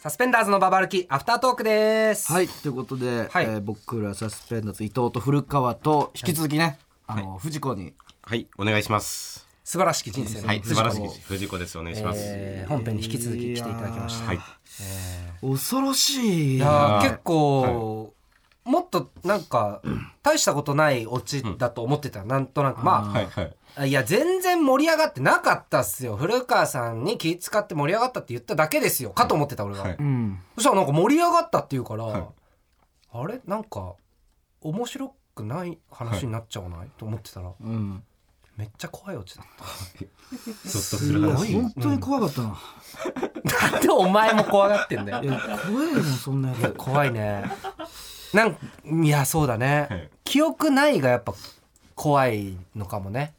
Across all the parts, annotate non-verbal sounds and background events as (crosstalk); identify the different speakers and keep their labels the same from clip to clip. Speaker 1: サスペンダーズのババ歩きアフタートークです
Speaker 2: はいということで、
Speaker 1: はい
Speaker 2: えー僕らサスペンダーズ伊藤と古川と引き続きね、あの藤子に
Speaker 3: はい、お願いします。
Speaker 1: 素晴らしき人生の、
Speaker 3: はい、素晴らし
Speaker 2: 藤
Speaker 3: い
Speaker 2: 子
Speaker 3: 藤子です。お願いします。
Speaker 1: えー本編に引き続き来ていただきました
Speaker 3: はい、
Speaker 2: 恐ろしい
Speaker 1: いやー結構、もっとなんか大したことないオチだと思ってた、なんとなくまあ
Speaker 3: はい、はい。
Speaker 1: (laughs) いや、全然盛り上がってなかったっすよ。古川さんに気使って盛り上がったって言っただけですよ。かと思ってた俺は。
Speaker 3: はい
Speaker 2: うん
Speaker 1: そしたらなんか盛り上がったって言うから、あれなんか、面白くない話になっちゃわない、と思ってたら、
Speaker 2: うん
Speaker 1: めっちゃ怖いオチだっ
Speaker 3: そっとす
Speaker 2: い
Speaker 3: る
Speaker 2: や
Speaker 3: 話。
Speaker 2: 本当に怖かったな、
Speaker 1: た。なんでお前も怖がってんだ
Speaker 2: い
Speaker 1: よ。
Speaker 2: や怖いもんそんなやつ
Speaker 1: 怖いね。なんいや、そうだね、
Speaker 3: はい
Speaker 1: 記憶ないがやっぱ怖いのかもね。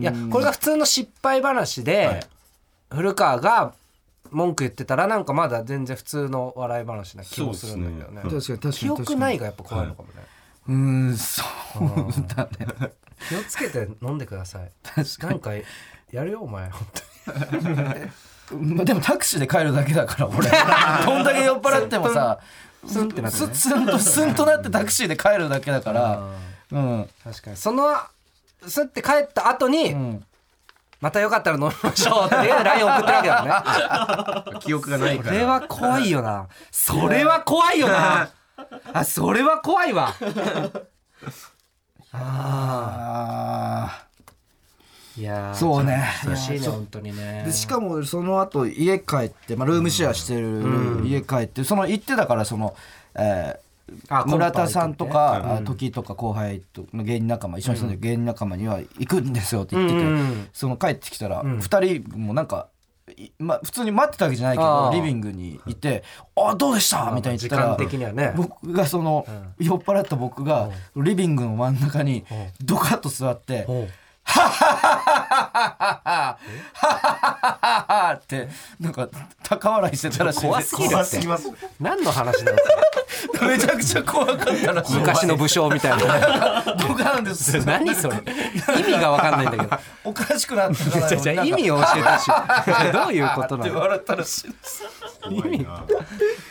Speaker 1: いやこれが普通の失敗話で、
Speaker 3: はい
Speaker 1: 古川が文句言ってたらなんかまだ全然普通の笑い話な気もするんだけどね
Speaker 3: そう
Speaker 2: 確かに確かに
Speaker 1: 記
Speaker 2: 確か
Speaker 1: 憶
Speaker 2: に
Speaker 1: ないがやっぱ怖いのかもね、
Speaker 2: (laughs) うんそうだね
Speaker 1: 気をつけて飲んでください確かになんかやるよお前本
Speaker 2: まあでもタクシーで帰るだけだから (laughs) 俺どんだけ酔っ払ってもさスンってなって、ね、スンとスンとなってタクシーで帰るだけだからうん、
Speaker 1: 当に確かにそのすって帰った後に、
Speaker 2: うん、
Speaker 1: またよかったら飲みましょうっていう LINE 送ってるわけだもんね
Speaker 3: 記憶がないか
Speaker 1: そ
Speaker 3: ら。
Speaker 1: れは怖いよなそれは怖いよ
Speaker 2: (laughs)
Speaker 1: なあそれは怖いわ
Speaker 2: あ
Speaker 1: いやー
Speaker 2: そうね
Speaker 1: 難しいね本当にね
Speaker 2: ーでしかもその後家帰って、まあ、ルームシェアしてる、家帰ってその行ってたからその、えー
Speaker 1: あコンパ行くね
Speaker 2: 村田さんとか、あ時とか後輩との芸人仲間一緒に住んでる芸人仲間には行くんですよって言ってて、
Speaker 1: うんうん
Speaker 2: その帰ってきたら2人もなんか、いまあ、普通に待ってたわけじゃないけ
Speaker 1: あ
Speaker 2: ど
Speaker 1: ー
Speaker 2: リビングにいて「あどうでした?」みたいに言った
Speaker 1: ま
Speaker 2: ら
Speaker 1: あ時間的にはね
Speaker 2: 僕がその、酔っ払った僕がリビングの真ん中にドカッと座って
Speaker 1: おう
Speaker 2: 「ああ」ってなんか高笑いしてたらしいで
Speaker 1: 怖す
Speaker 2: す
Speaker 1: ぎる
Speaker 3: 怖すぎます。
Speaker 1: 何の話なの
Speaker 2: めちゃくちゃ怖かったらしい
Speaker 1: 昔の武将みたい
Speaker 2: (laughs)
Speaker 1: な
Speaker 2: ドカンです
Speaker 1: 何それ意味が分かんないんだけ
Speaker 2: おかしくな (laughs) ったから
Speaker 1: どじゃじゃ
Speaker 2: なん
Speaker 1: 意
Speaker 2: か
Speaker 1: 味を教えてほし
Speaker 2: (laughs)
Speaker 1: いどういうこと
Speaker 2: っ
Speaker 1: な
Speaker 2: て
Speaker 1: の
Speaker 2: 笑ったらしいです
Speaker 3: 怖いな。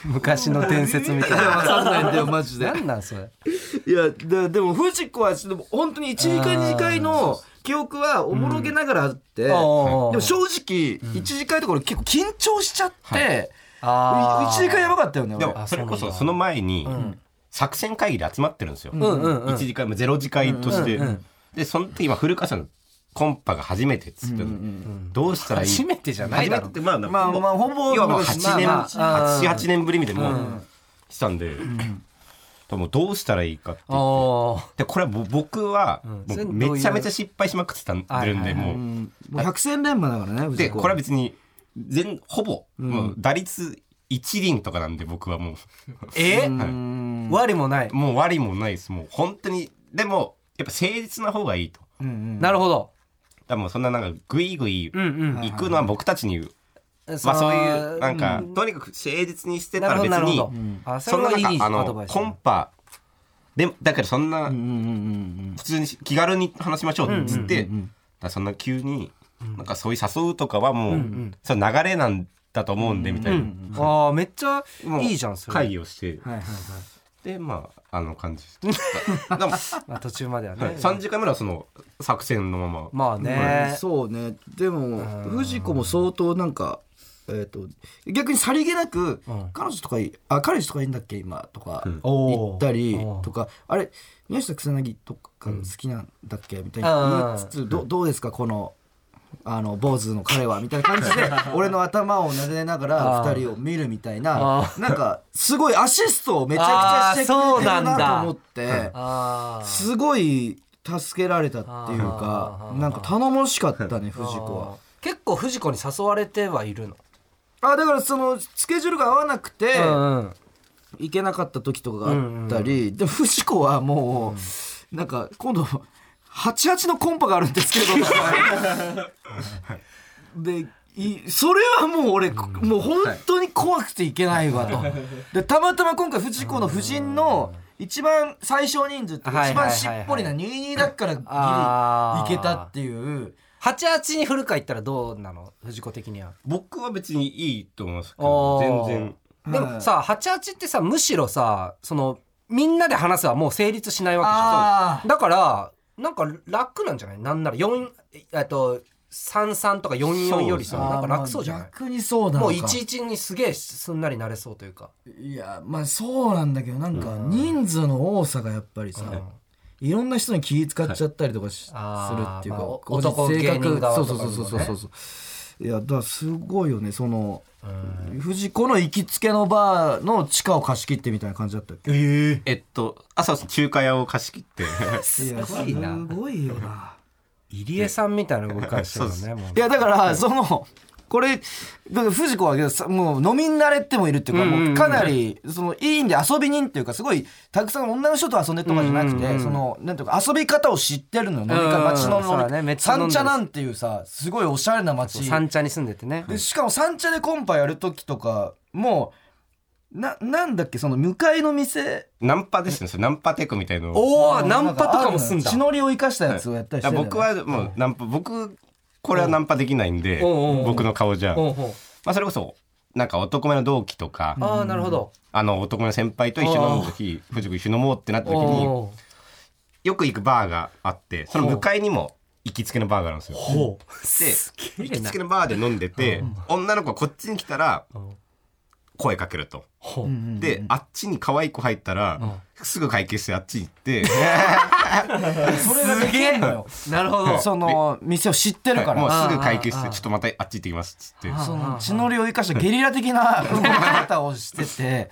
Speaker 1: 昔の伝説みたいな
Speaker 2: かんないんだよマジ
Speaker 1: 何なんそれ
Speaker 2: いやででも藤子はちょっと本当に1時間2回の記憶はおもろげながらあって、で
Speaker 1: おー
Speaker 2: も正直1時間とか俺結構緊張しちゃって、
Speaker 1: あ
Speaker 2: 1
Speaker 1: ー
Speaker 2: 時間やばかったよね
Speaker 3: で
Speaker 2: 俺
Speaker 3: も、それこそ、その前に、作戦会議で集まってるんですよ。
Speaker 1: んうんうん
Speaker 3: 一時間、まあゼロ次会として。で、その時、今、古川さんのコンパが初めてっつって、どうしたらいい
Speaker 1: 初めてじゃないだろ
Speaker 3: 初めてって、ま
Speaker 2: まあ
Speaker 3: あ、
Speaker 2: まあほぼ
Speaker 3: 要は
Speaker 2: ま
Speaker 3: もう
Speaker 2: あ
Speaker 3: 8年、
Speaker 1: まあまあ
Speaker 3: 8、8年ぶりみたいな、もう、したんで、もうどうしたらいいかって言って。
Speaker 1: おー
Speaker 3: でこれはぼ僕はも
Speaker 1: それ
Speaker 3: う
Speaker 1: どういう
Speaker 3: めちゃめちゃ失敗しまくってたん
Speaker 1: はい
Speaker 3: るん
Speaker 1: はい
Speaker 3: で
Speaker 1: はい
Speaker 3: も
Speaker 2: う
Speaker 3: うん
Speaker 2: もう百戦錬磨だからね
Speaker 3: で
Speaker 2: 藤子
Speaker 3: これは別に全ほぼもう打率一輪とかなんで僕はも
Speaker 1: え
Speaker 2: うん
Speaker 1: 我もないう
Speaker 3: もう割りもないですもう本当にでもやっぱ誠実な方がいいと
Speaker 2: うんうん
Speaker 1: なるほど
Speaker 3: だからもうそんななんかグイグイ
Speaker 1: うんうん
Speaker 3: 行くのは僕たちにま
Speaker 1: の
Speaker 3: あそういうなんかとにかく誠実にしてた
Speaker 1: なる
Speaker 3: ら
Speaker 1: ほど
Speaker 3: 別
Speaker 1: なるほ
Speaker 3: に
Speaker 1: どあそ
Speaker 3: そ
Speaker 1: れ
Speaker 3: んな
Speaker 1: はいい
Speaker 3: 中あ
Speaker 1: アドバ
Speaker 3: の
Speaker 1: イス
Speaker 3: コンパでだからそん
Speaker 2: う
Speaker 3: な
Speaker 2: んうんうん
Speaker 3: 普通に気軽に話しましょうっつって、だからそんな急になんかそういう誘うとかはもう、その流れなんだと思うんでみたいな、
Speaker 1: あーめっちゃ
Speaker 3: もう
Speaker 1: いいじゃんそ
Speaker 3: 会
Speaker 1: れ
Speaker 3: 議をして
Speaker 2: うんはいはい
Speaker 3: でまああの感じでしたでも
Speaker 1: まあ途中まではね
Speaker 3: 3時間目はその作戦のまま、
Speaker 1: まあ
Speaker 2: うん
Speaker 1: ね
Speaker 2: そうねでも藤子も相当なんかえっ、と逆にさりげなく、彼女とかいいあ彼氏とかいいんだっけ今とか
Speaker 1: おー
Speaker 2: 言ったり
Speaker 1: おー
Speaker 2: とか、あれ宮下草薙とか好きなんだっけみたい
Speaker 1: うん
Speaker 2: な言いつつ、どどうですかこの。あの坊主の彼はみたいな感じで俺の頭を撫でながら二人を見るみたい
Speaker 1: あ
Speaker 2: ななんかすごいアシストをめちゃくちゃしてく
Speaker 1: あーそう
Speaker 2: れて
Speaker 1: な
Speaker 2: る
Speaker 1: んだ
Speaker 2: なと思って
Speaker 1: あー
Speaker 2: すごい助けられたっていうか
Speaker 1: あー
Speaker 2: なんか頼もしかったね藤子は
Speaker 1: 結構藤子に誘われてはいるの
Speaker 2: あだからそのスケジュールが合わなくて
Speaker 1: うん
Speaker 2: 行けなかった時とかがあったり、で藤子はもう、なんか今度88のコンパがあるんですけどでいそれはもう俺、もう本当に怖くていけないわと、でたまたま今回藤子の夫人の一番最小人数っていうか
Speaker 1: はい
Speaker 2: 一
Speaker 1: はいはい
Speaker 2: 番
Speaker 1: はい
Speaker 2: しっぽりな22だからギリ
Speaker 1: あー
Speaker 2: 行けたっていう
Speaker 1: 八八に古川行ったらどうなの藤子的には。
Speaker 3: 僕は別にいいと思いますけど
Speaker 1: あー
Speaker 3: 全然
Speaker 1: でもさ八八ってさむしろさそのみんなで話すはもう成立しないわけじゃん。
Speaker 2: あ
Speaker 1: だからなんか楽なんじゃないなんなら4えっと33とか44よりさ
Speaker 3: そう
Speaker 1: なんか楽そうじゃ
Speaker 2: ま
Speaker 1: な
Speaker 2: あ
Speaker 1: い
Speaker 2: 逆にそうなのか
Speaker 1: もう11にすげえすんなりなれそうというか
Speaker 2: いやまあそうなんだけどなんか人数の多さがやっぱりさ、いろんな人に気使っちゃったりとかし、
Speaker 1: はい
Speaker 2: するっていうか、
Speaker 1: あーまあ
Speaker 2: こう
Speaker 1: 男芸人側
Speaker 2: そ
Speaker 1: と
Speaker 2: う
Speaker 1: か
Speaker 2: そう
Speaker 1: にも
Speaker 2: そう
Speaker 1: ね
Speaker 2: そうそうそういやだからすごいよねその、藤子の行きつけのバーの地下を貸し切ってみたいな感じだったっけ
Speaker 1: ええ
Speaker 3: えっと朝中華屋を貸し切って (laughs)
Speaker 2: いや
Speaker 1: すごいな
Speaker 2: すごいよな
Speaker 1: 入江さんみたいな動き方してるのねもう
Speaker 2: いやだからそのこれだから藤子はさもう飲み慣れてもいるっていうか、
Speaker 1: うんうんうん
Speaker 2: もうかなりそのいいんで遊び人っていうかすごいたくさん女の人と遊んでとかじゃなくて、
Speaker 1: うんうんうん
Speaker 2: そのなんていうか遊び方を知ってるのよ飲み
Speaker 1: うんう
Speaker 2: 会
Speaker 1: ん
Speaker 2: 街の
Speaker 1: そう
Speaker 2: 飲
Speaker 1: だ
Speaker 2: み
Speaker 1: ねめっちゃ飲
Speaker 2: 三
Speaker 1: んでる
Speaker 2: 茶なんていうさすごいおしゃれな街
Speaker 1: 三茶に住んでてね
Speaker 2: でしかも三茶でコンパやる時とかもうななんだっけその向かいの店
Speaker 3: ナンパですねそれナンパテクみたいのを
Speaker 1: おおナンパとかもすんだ
Speaker 2: 血のりを生かしたやつをやったりして
Speaker 3: だ
Speaker 2: ん
Speaker 3: か
Speaker 2: だ
Speaker 3: ら
Speaker 2: よね
Speaker 3: 僕はもうナンパ僕これはナンパできないんで
Speaker 1: おうおうおう
Speaker 3: 僕の顔じゃ
Speaker 1: ほ
Speaker 3: ま
Speaker 1: うほう
Speaker 3: あそれこそなんか男前の同期とか
Speaker 1: ああなるほど
Speaker 3: あの男前の先輩と一緒に飲む時藤子一緒に飲もうってなった時に
Speaker 1: おー
Speaker 3: よく行くバーがあってその向かいにも行きつけのバーがあるんですよ
Speaker 1: ほうげ
Speaker 3: で
Speaker 1: えな
Speaker 3: 行きつけのバーで飲んでて女の子がこっちに来たら
Speaker 1: ん
Speaker 3: 声かけると
Speaker 1: ほう
Speaker 3: であっちに可愛い子入ったらすぐ会計してあっち行って
Speaker 2: それができんのよ
Speaker 1: なるほど
Speaker 2: その店を知ってるから、
Speaker 3: (laughs) もうすぐ会計してちょっとまたあっち行ってきますっつって
Speaker 2: その血のりを生かしたゲリラ的な (laughs) 動き方をしてて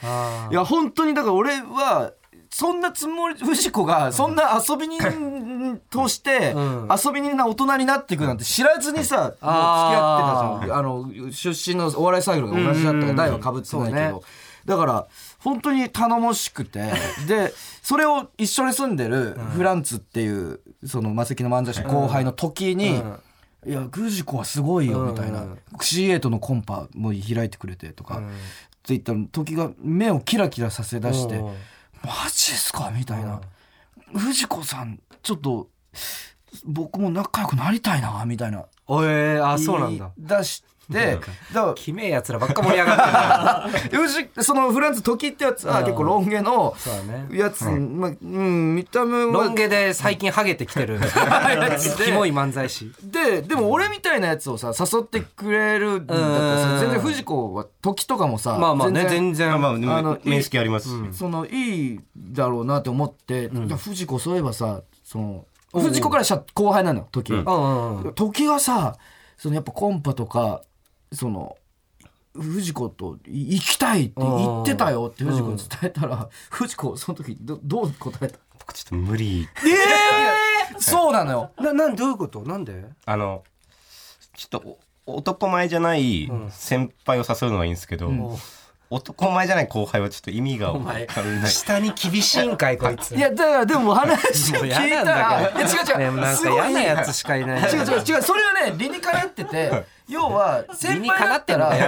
Speaker 2: いや本当にだから俺はそんなつもり藤子がそんな遊び人として
Speaker 1: ん
Speaker 2: 遊び人な大人になっていくなんて知らずにさ、もう付き合ってたじゃんあの出身のお笑いサークルが同じだったから代はかぶってないけど、
Speaker 1: そうね
Speaker 2: だから本当に頼もしくて
Speaker 1: (laughs)
Speaker 2: でそれを一緒に住んでるフランツっていうそのマセキの漫才師の後輩の時に。
Speaker 1: うん
Speaker 2: いやグジコはすごいよ
Speaker 1: うん
Speaker 2: みたいな、
Speaker 1: うん
Speaker 2: C8 のコンパも開いてくれてとか、って言ったら時が目をキラキラさせだして、
Speaker 1: うん
Speaker 2: マジですかみたいな、藤子さんちょっと僕も仲良くなりたいなみたいな
Speaker 1: おえーあそうなんだ
Speaker 2: 言い出してだから
Speaker 1: きめえやつらばっか盛り上がってる
Speaker 2: (laughs)
Speaker 1: な
Speaker 2: 藤そのフランス時ってやつは結構ロン毛の
Speaker 1: そうだね
Speaker 2: やつ、まあうん、見た目は
Speaker 1: ロン毛で最近ハゲてきて (laughs) るキモい漫才師
Speaker 2: ででも俺みたいなやつをさ誘ってくれるんだったら
Speaker 1: う
Speaker 2: さ
Speaker 1: ん
Speaker 2: 全然藤子は時とかもさ
Speaker 1: まあまあね全
Speaker 3: まあ
Speaker 1: 然
Speaker 3: まあ
Speaker 2: あの
Speaker 3: 面識あります
Speaker 2: そのいいだろうなって思って、じゃあ藤子そういえばさその藤子からしたら後輩なの時、
Speaker 1: うんうんうん
Speaker 2: 時がさそのやっぱコンパとかその藤子とい行きたいって言ってたよって藤子に伝えたら、藤子その時どどう答えた
Speaker 3: 僕ちょっと無理
Speaker 2: ええ (laughs) そうなのよ
Speaker 1: ななんどういうことなんで
Speaker 3: あのちょっとお男前じゃない先輩を誘うのはいいんですけど、男前じゃない後輩はちょっと意味が分かんない
Speaker 1: 下に厳しいんかいこいつ
Speaker 2: いやだからでも話を聞いたらい
Speaker 1: 嫌
Speaker 2: や
Speaker 1: な
Speaker 2: 違
Speaker 1: んだ
Speaker 2: う
Speaker 1: けど
Speaker 2: 違
Speaker 1: ね
Speaker 2: う、
Speaker 1: なん
Speaker 2: す
Speaker 1: か
Speaker 2: ごい
Speaker 1: 嫌なやつしかいない
Speaker 2: 違う違う違うそれはね理にかなってて要は先
Speaker 1: 理に
Speaker 2: 輩
Speaker 1: か
Speaker 2: だ
Speaker 1: な
Speaker 2: っ
Speaker 1: ったてんの
Speaker 2: ら
Speaker 1: が嫌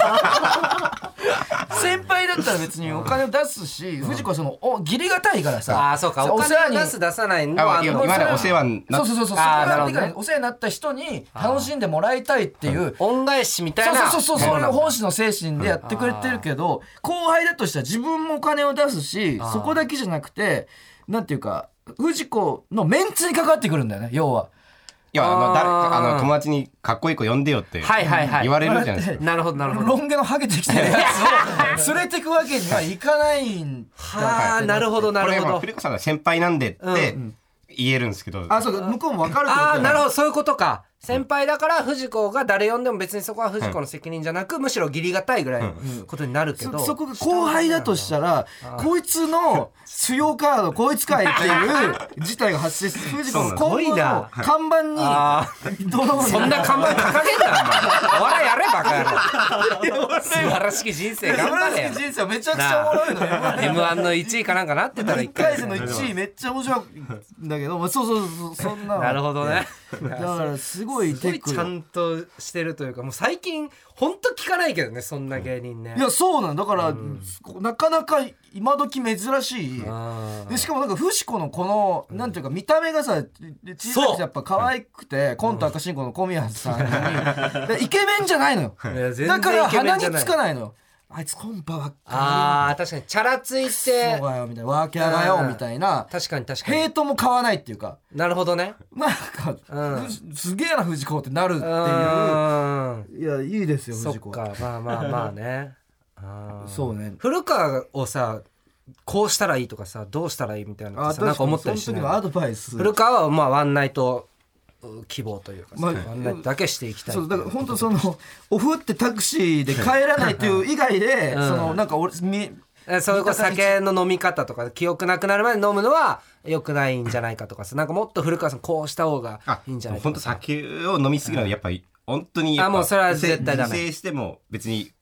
Speaker 1: な
Speaker 2: (laughs) 先輩だったら別にお金を出すし藤子はそのお義理がたいからさ
Speaker 1: ああそうかお
Speaker 2: 世話に
Speaker 1: 金出す出さないの
Speaker 3: あ
Speaker 1: はあ
Speaker 3: い
Speaker 1: ん
Speaker 3: や
Speaker 1: の
Speaker 3: 今までお世話にな
Speaker 2: そ
Speaker 3: っ
Speaker 2: う
Speaker 3: て
Speaker 2: そうそうそうそこ
Speaker 1: あー
Speaker 2: か
Speaker 1: な
Speaker 2: ら
Speaker 1: るほどね
Speaker 2: お世話になった人に楽しんでもらいたいっていう
Speaker 1: 恩返しみたい
Speaker 2: そう
Speaker 1: な
Speaker 2: そうそうそうそういう本心の精神でやってくれてるけど後輩だとしたら自分もお金を出すしそこだけじゃなくてなんていうか藤子のメンツにかかってくるんだよね要は。
Speaker 3: いやあの誰
Speaker 1: あー
Speaker 3: かあの友達にかっこいい子呼んでよって
Speaker 1: はいはいはい
Speaker 3: 言われるじゃないですか、
Speaker 1: なるほどなるほ
Speaker 2: ロ
Speaker 1: ど
Speaker 2: ン毛のハゲてきてるやつを連れてくわけにはいかないん
Speaker 1: はあなるほどな
Speaker 3: これ
Speaker 1: るほ
Speaker 3: は
Speaker 1: ど
Speaker 3: 古川さんが先輩なんでって言えるんですけど、
Speaker 2: あそうか向こうも分かるってこ
Speaker 1: あ
Speaker 2: とだ
Speaker 1: あ
Speaker 2: よ
Speaker 1: なるほどそういうことか先輩だから藤子が誰呼んでも別にそこは藤子の責任じゃなくむしろ義理がたいぐらいのことになるけど
Speaker 2: そそこが後輩だとしたらこいつの主要カードこいつかいっていう事態が発生する藤子の
Speaker 1: すご
Speaker 2: 今
Speaker 1: い
Speaker 2: 後の
Speaker 1: な
Speaker 2: 看板
Speaker 1: あ
Speaker 2: にどのよう
Speaker 1: そんな
Speaker 2: な
Speaker 1: 看板掲げんなお前お笑いやれバカ野郎素晴らしき人生頑張れよ
Speaker 2: しい人生めちゃくちゃおもろいのよ
Speaker 1: m 1の1位かなんかなってたら一
Speaker 2: 1回
Speaker 1: 回
Speaker 2: 戦の1位めっちゃ面白いんだけどまあそうそうそうそんなの
Speaker 1: なるほどね
Speaker 2: だからすご
Speaker 4: ごい
Speaker 1: すご
Speaker 4: テ
Speaker 1: い
Speaker 4: ク
Speaker 1: ちゃんとしてるというかもう最近ほんと聞かないけどねそんな芸人ね、
Speaker 2: いやそうなんだから、なかなか今時珍しい
Speaker 1: あー
Speaker 2: でしかもなんか藤子のこの、なんていうか見た目がさ小さくてやっぱ可愛くてコント赤信号の小宮さんにでイケメンじゃないのよ
Speaker 1: いや全然
Speaker 2: だから
Speaker 1: イケメ
Speaker 2: 鼻
Speaker 1: ンじゃ
Speaker 2: に
Speaker 1: ない
Speaker 2: つかないのよあいつコンパばっか
Speaker 1: あー確かにチャラつい
Speaker 2: り
Speaker 1: て
Speaker 2: そうだよみたいなワーキャーだよ
Speaker 1: うん
Speaker 2: みたいな
Speaker 1: 確かに確か
Speaker 2: ヘ
Speaker 1: に
Speaker 2: イトも買わないっていうか
Speaker 1: なるほどね
Speaker 2: なんか、
Speaker 1: うん
Speaker 2: ふすげえな藤子ってなるって
Speaker 1: う
Speaker 2: いう
Speaker 1: ーん
Speaker 2: いやいいですよ
Speaker 1: そ
Speaker 2: 藤
Speaker 1: っ
Speaker 2: 子
Speaker 1: かまあまあまあねあー
Speaker 2: そうね
Speaker 1: 古川をさこうしたらいいとかさどうしたらいいみたいなのってさ
Speaker 2: 確
Speaker 1: なんか思ったりし
Speaker 2: そ
Speaker 1: な
Speaker 2: の時
Speaker 1: い
Speaker 2: のアドバイス
Speaker 1: 古川はまあワンナイトう希望というかさ、
Speaker 2: まあ
Speaker 1: ワンナイトだけしていきたい
Speaker 2: そうだから本当そのオフってタクシーで帰らないという以外で、
Speaker 1: ん
Speaker 2: そのなんか俺み
Speaker 1: えそういうこと酒の飲み方とか記憶なくなるまで飲むのは良くないんじゃないかとかさなんかもっと古川さんこうした方が
Speaker 3: あ
Speaker 1: いいんじゃないか
Speaker 3: 本当酒を飲みすぎるのはやっぱり本当にやっぱ
Speaker 1: あもうそれは絶対ダメ
Speaker 3: 自制しても別に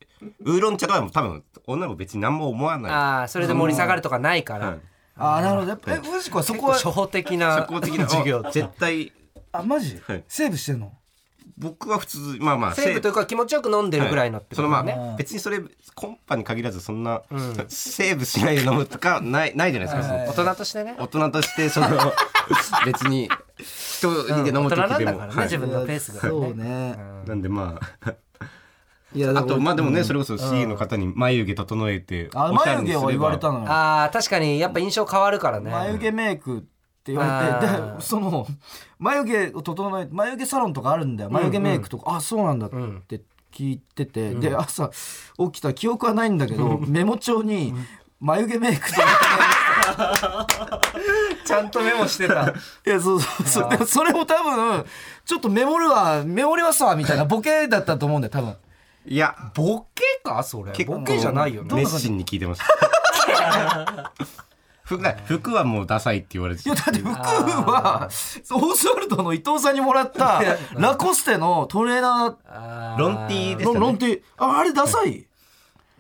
Speaker 3: ウーロン茶とかでも多分女も別に何も思わない
Speaker 1: ああそれで盛り下がるとかないから、
Speaker 3: うん
Speaker 2: あーなるほどやっぱえ藤子はそ
Speaker 1: 結構
Speaker 2: こは
Speaker 1: 初歩的な
Speaker 3: 社交的な
Speaker 1: (laughs) 授業
Speaker 3: 絶対
Speaker 2: あマジ、
Speaker 3: はい
Speaker 2: セーブしてんの
Speaker 3: 僕は普通まあまあ
Speaker 1: セーブというか気持ちよく飲んでるぐらいのって
Speaker 3: そ
Speaker 1: こと
Speaker 3: の
Speaker 1: ね、
Speaker 3: まあ、
Speaker 2: うん
Speaker 3: 別にそれコンパに限らずそんな、セーブしないで飲むとかないないじゃないですか、その
Speaker 2: はい
Speaker 1: 大人としてね
Speaker 3: 大人としてそ
Speaker 1: (laughs)
Speaker 3: の別に人にで飲む時
Speaker 1: うん大人なん
Speaker 3: で
Speaker 1: だ
Speaker 3: も、
Speaker 1: からね
Speaker 3: はい
Speaker 1: 自分のペースがね
Speaker 2: そうね、
Speaker 3: なんでまあ
Speaker 2: いや
Speaker 3: あとまあでもねそれこそ CA の方に眉毛整えて
Speaker 2: あ
Speaker 3: おしゃれ
Speaker 2: 眉
Speaker 3: に
Speaker 2: 毛
Speaker 3: すれば
Speaker 2: は言われたのよ
Speaker 1: ああ確かにやっぱ印象変わるからね
Speaker 2: 眉毛メイクって言われて
Speaker 1: あー
Speaker 2: でその眉毛を整え眉毛サロンとかあるんだよ眉毛メイクとか、あそうなんだって聞いてて、で朝起きた記憶はないんだけど、メモ帳に眉毛メイクって
Speaker 1: ちゃんとメモして (laughs) た
Speaker 2: いやそうそうそうでもそれも多分ちょっとメモるわメモりますわみたいなボケだったと思うんだよ多分
Speaker 3: いや
Speaker 1: ボケかそれ
Speaker 3: 結構
Speaker 1: ボケじゃないよね
Speaker 3: 熱心に聞いてました (laughs) 服ない服はもうダサいって言われて
Speaker 2: いやだって服はオーズワルドの伊藤さんにもらったラコステのトレーナ
Speaker 1: あー
Speaker 3: ロンティーで
Speaker 2: ー
Speaker 3: し
Speaker 2: の
Speaker 3: たね
Speaker 2: ロンティああれダサい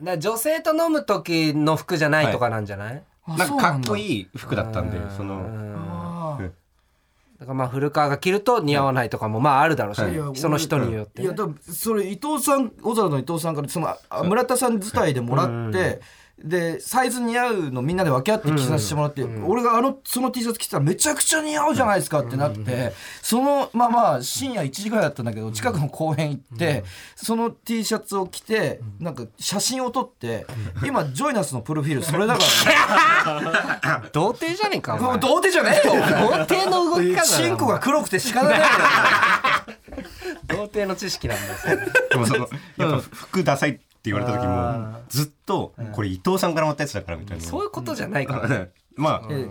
Speaker 1: な女性と飲む時の服じゃないとかなんじゃない、
Speaker 2: あ
Speaker 3: なんかかっこ
Speaker 2: い
Speaker 3: いい服だったんでその
Speaker 2: あー
Speaker 1: だからまあ古川が着ると似合わないとかもまああるだろうし、
Speaker 3: はい
Speaker 2: いや
Speaker 1: その人によって
Speaker 2: い
Speaker 1: ね、
Speaker 2: やだからそれ伊藤さん小沢の伊藤さんからそのああ村田さん自体でもらって、でサイズ似合うのみんなで分け合って着させてもらって、俺があのその T シャツ着てたらめちゃくちゃ似合うじゃないですかってなって、そのまあまあ深夜1時ぐらいだったんだけど近くの公園行って、その T シャツを着てなんか写真を撮って、今ジョイナスのプロフィールそれだから、 (laughs) ね、
Speaker 1: 童貞じゃねえかお
Speaker 2: も
Speaker 1: 前
Speaker 2: う (laughs) 童貞じゃねえよ
Speaker 1: 童貞の動き方
Speaker 2: チンコが黒くて仕方ない
Speaker 1: 童貞の知識なん (laughs) ですよ
Speaker 3: でもそのやっぱ服ダサいって言われた時もずっとこれ伊藤さんからもらったやつだからみたいな
Speaker 1: そういうことじゃないから、
Speaker 3: (laughs) まあ
Speaker 2: ん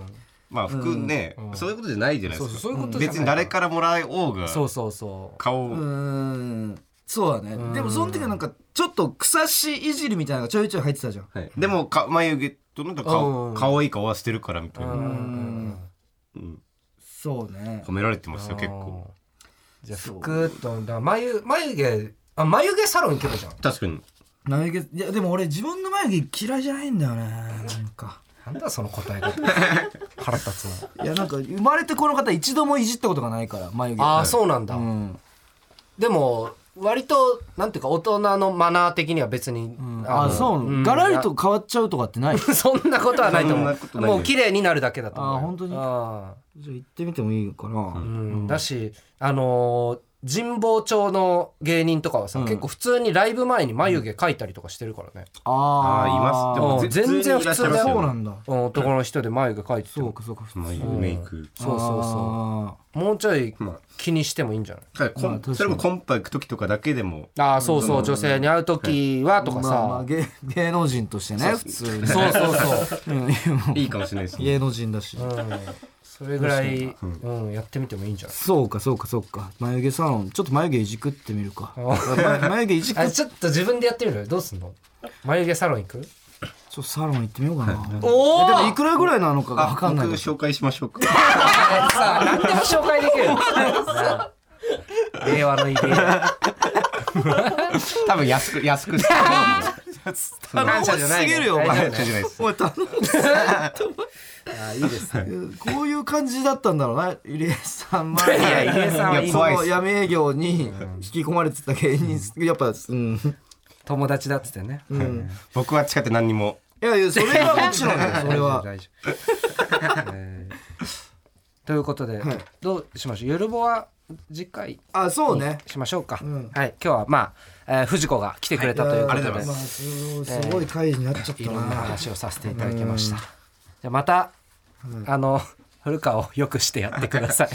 Speaker 3: まあ服ねそういうことじゃないじゃないですか
Speaker 1: そうそうそういうことじゃない
Speaker 3: 別に誰からもらおうが
Speaker 1: そうそうそう
Speaker 3: 顔
Speaker 2: うー
Speaker 3: を
Speaker 2: んそうだねでもその時はなんかちょっと草しいじりみたいなのがちょいちょい入ってたじゃん
Speaker 3: はいでもか眉毛となんか
Speaker 1: う
Speaker 3: 顔
Speaker 1: ん
Speaker 3: 可愛い顔はしてるからみたいな
Speaker 2: うん
Speaker 3: うん
Speaker 2: そうね
Speaker 3: 褒められてますよ結構
Speaker 1: じゃあ服とだから眉眉毛あ眉毛サロン行けばじゃん
Speaker 3: 確かに
Speaker 2: 眉毛いやでも俺自分の眉毛嫌いじゃないんだよねなんか
Speaker 1: なんだその答え (laughs) が腹立つない
Speaker 2: やなんか生まれてこの方一度もいじったことがないから眉毛
Speaker 1: ああそうなんだ、
Speaker 2: うん
Speaker 1: でも割となんていうか大人のマナー的には別に、
Speaker 2: あ
Speaker 1: の
Speaker 2: そう、
Speaker 1: ん
Speaker 2: ガラリと変わっちゃうとかってないじ
Speaker 1: (laughs) そんなことはないと
Speaker 3: そん
Speaker 1: 思
Speaker 3: なこと
Speaker 1: う。
Speaker 3: ないよ
Speaker 1: もう綺麗になるだけだと思うよ。
Speaker 2: あ本当に
Speaker 1: あ
Speaker 2: ゃあ行ってみてもいいかな、
Speaker 1: ーうんだし、あのー神保町の芸人とかはさ、結構普通にライブ前に眉毛描いたりとかしてるからね。
Speaker 3: あ
Speaker 2: あ
Speaker 3: あいますで
Speaker 2: も
Speaker 3: も
Speaker 1: うん
Speaker 3: 全
Speaker 1: 全然
Speaker 3: 然
Speaker 1: 普
Speaker 3: い
Speaker 1: 通
Speaker 3: らっしゃ
Speaker 1: だ
Speaker 3: います
Speaker 1: よ
Speaker 2: そうな
Speaker 3: よ
Speaker 2: んだ
Speaker 1: うん男の人で眉毛描いてて
Speaker 2: そう
Speaker 1: も
Speaker 2: かそうか普通
Speaker 3: 眉毛メイク
Speaker 1: そうそうそ
Speaker 2: あ
Speaker 1: う。もうちょい
Speaker 3: ま
Speaker 1: 気にしてもいいんじゃない
Speaker 3: はいコン
Speaker 2: まあ確かに
Speaker 3: それもコンパ行く時とかだけでも
Speaker 1: ああそうそう女性に会う時はと
Speaker 2: ー
Speaker 1: か
Speaker 2: まあまあ
Speaker 1: さ。
Speaker 2: 芸芸能人としてね普通に
Speaker 1: そうそうそう。
Speaker 2: うんいやもう
Speaker 3: いいかもしれないですね
Speaker 2: 芸能人だし、
Speaker 1: うんそれぐらいうんやってみてもいいんじゃない。
Speaker 2: そうかそうかそうか眉毛サロンちょっと眉毛いじくってみるかま眉毛いじく
Speaker 1: あ
Speaker 2: ち
Speaker 1: ちょっと自分でやってみるどうすんの眉毛サロン行く
Speaker 2: ょっとサロン行ってみようかな
Speaker 1: お
Speaker 2: えでもいくらぐらいなのかが分かんない
Speaker 3: 僕
Speaker 2: から
Speaker 3: 紹介しましょう
Speaker 1: (laughs)
Speaker 3: か
Speaker 1: さあ、何でも紹介できる。なあ令和のイデア。
Speaker 3: 多分安く安くして
Speaker 1: (laughs) 感謝じゃないね。
Speaker 2: すぎるよお
Speaker 1: 大丈
Speaker 2: 前
Speaker 1: 夫
Speaker 3: じゃないです
Speaker 2: おい頼む
Speaker 1: あいいですね
Speaker 2: こういう感じだったんだろうな入江さ
Speaker 1: (laughs)
Speaker 2: ん
Speaker 1: いや入江さんはいい
Speaker 2: そ
Speaker 3: 怖いっ
Speaker 2: の
Speaker 3: す
Speaker 2: 闇営業に引き込まれてた芸人やっぱうん、
Speaker 1: 友達だっつってね
Speaker 2: うん、
Speaker 3: 僕は違って何にも
Speaker 2: いやいやそれはもちろ
Speaker 1: (laughs)
Speaker 2: んよそれは
Speaker 1: 大丈夫大丈夫えーということで、
Speaker 2: はい
Speaker 1: どうしましょうゆるぼは次回
Speaker 2: あそう
Speaker 1: に
Speaker 2: ね
Speaker 1: しましょうか
Speaker 2: うん
Speaker 1: はい今日はまあ、えー、藤子が来てくれたということで、
Speaker 3: ありがとうございます
Speaker 2: すごい会になっちゃっ
Speaker 1: い
Speaker 2: た
Speaker 1: ろんな
Speaker 2: な
Speaker 1: 話をさせていただきました。じゃあまた、あの古川をよくしてやってください。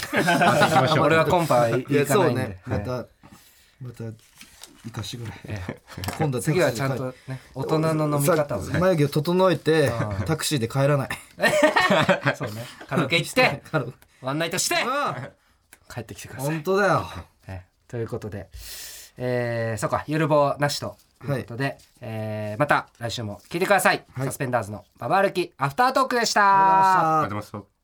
Speaker 1: 俺はコンパはい
Speaker 2: いや
Speaker 1: か
Speaker 2: そ
Speaker 1: な
Speaker 2: う
Speaker 1: いんで。
Speaker 2: ねま
Speaker 1: はい
Speaker 2: たまた行かしてくれ今度は
Speaker 1: 次はちゃんとね大人の飲み方を
Speaker 2: さ
Speaker 1: ね。
Speaker 2: 眉毛を整えてタクシーで帰らない
Speaker 1: そうね。カラ
Speaker 2: (laughs)
Speaker 1: オケ行って
Speaker 2: カラオケ
Speaker 1: ワンナイトして
Speaker 2: うん
Speaker 1: 帰ってきてください。
Speaker 2: 本当だよ
Speaker 1: はいということで、えー、そうかゆるぼうなしということで、えーまた来週も聞いてください。サスペンダーズのババ歩きアフタートークでした。
Speaker 2: あ
Speaker 3: あ
Speaker 2: ー
Speaker 3: りがとうございます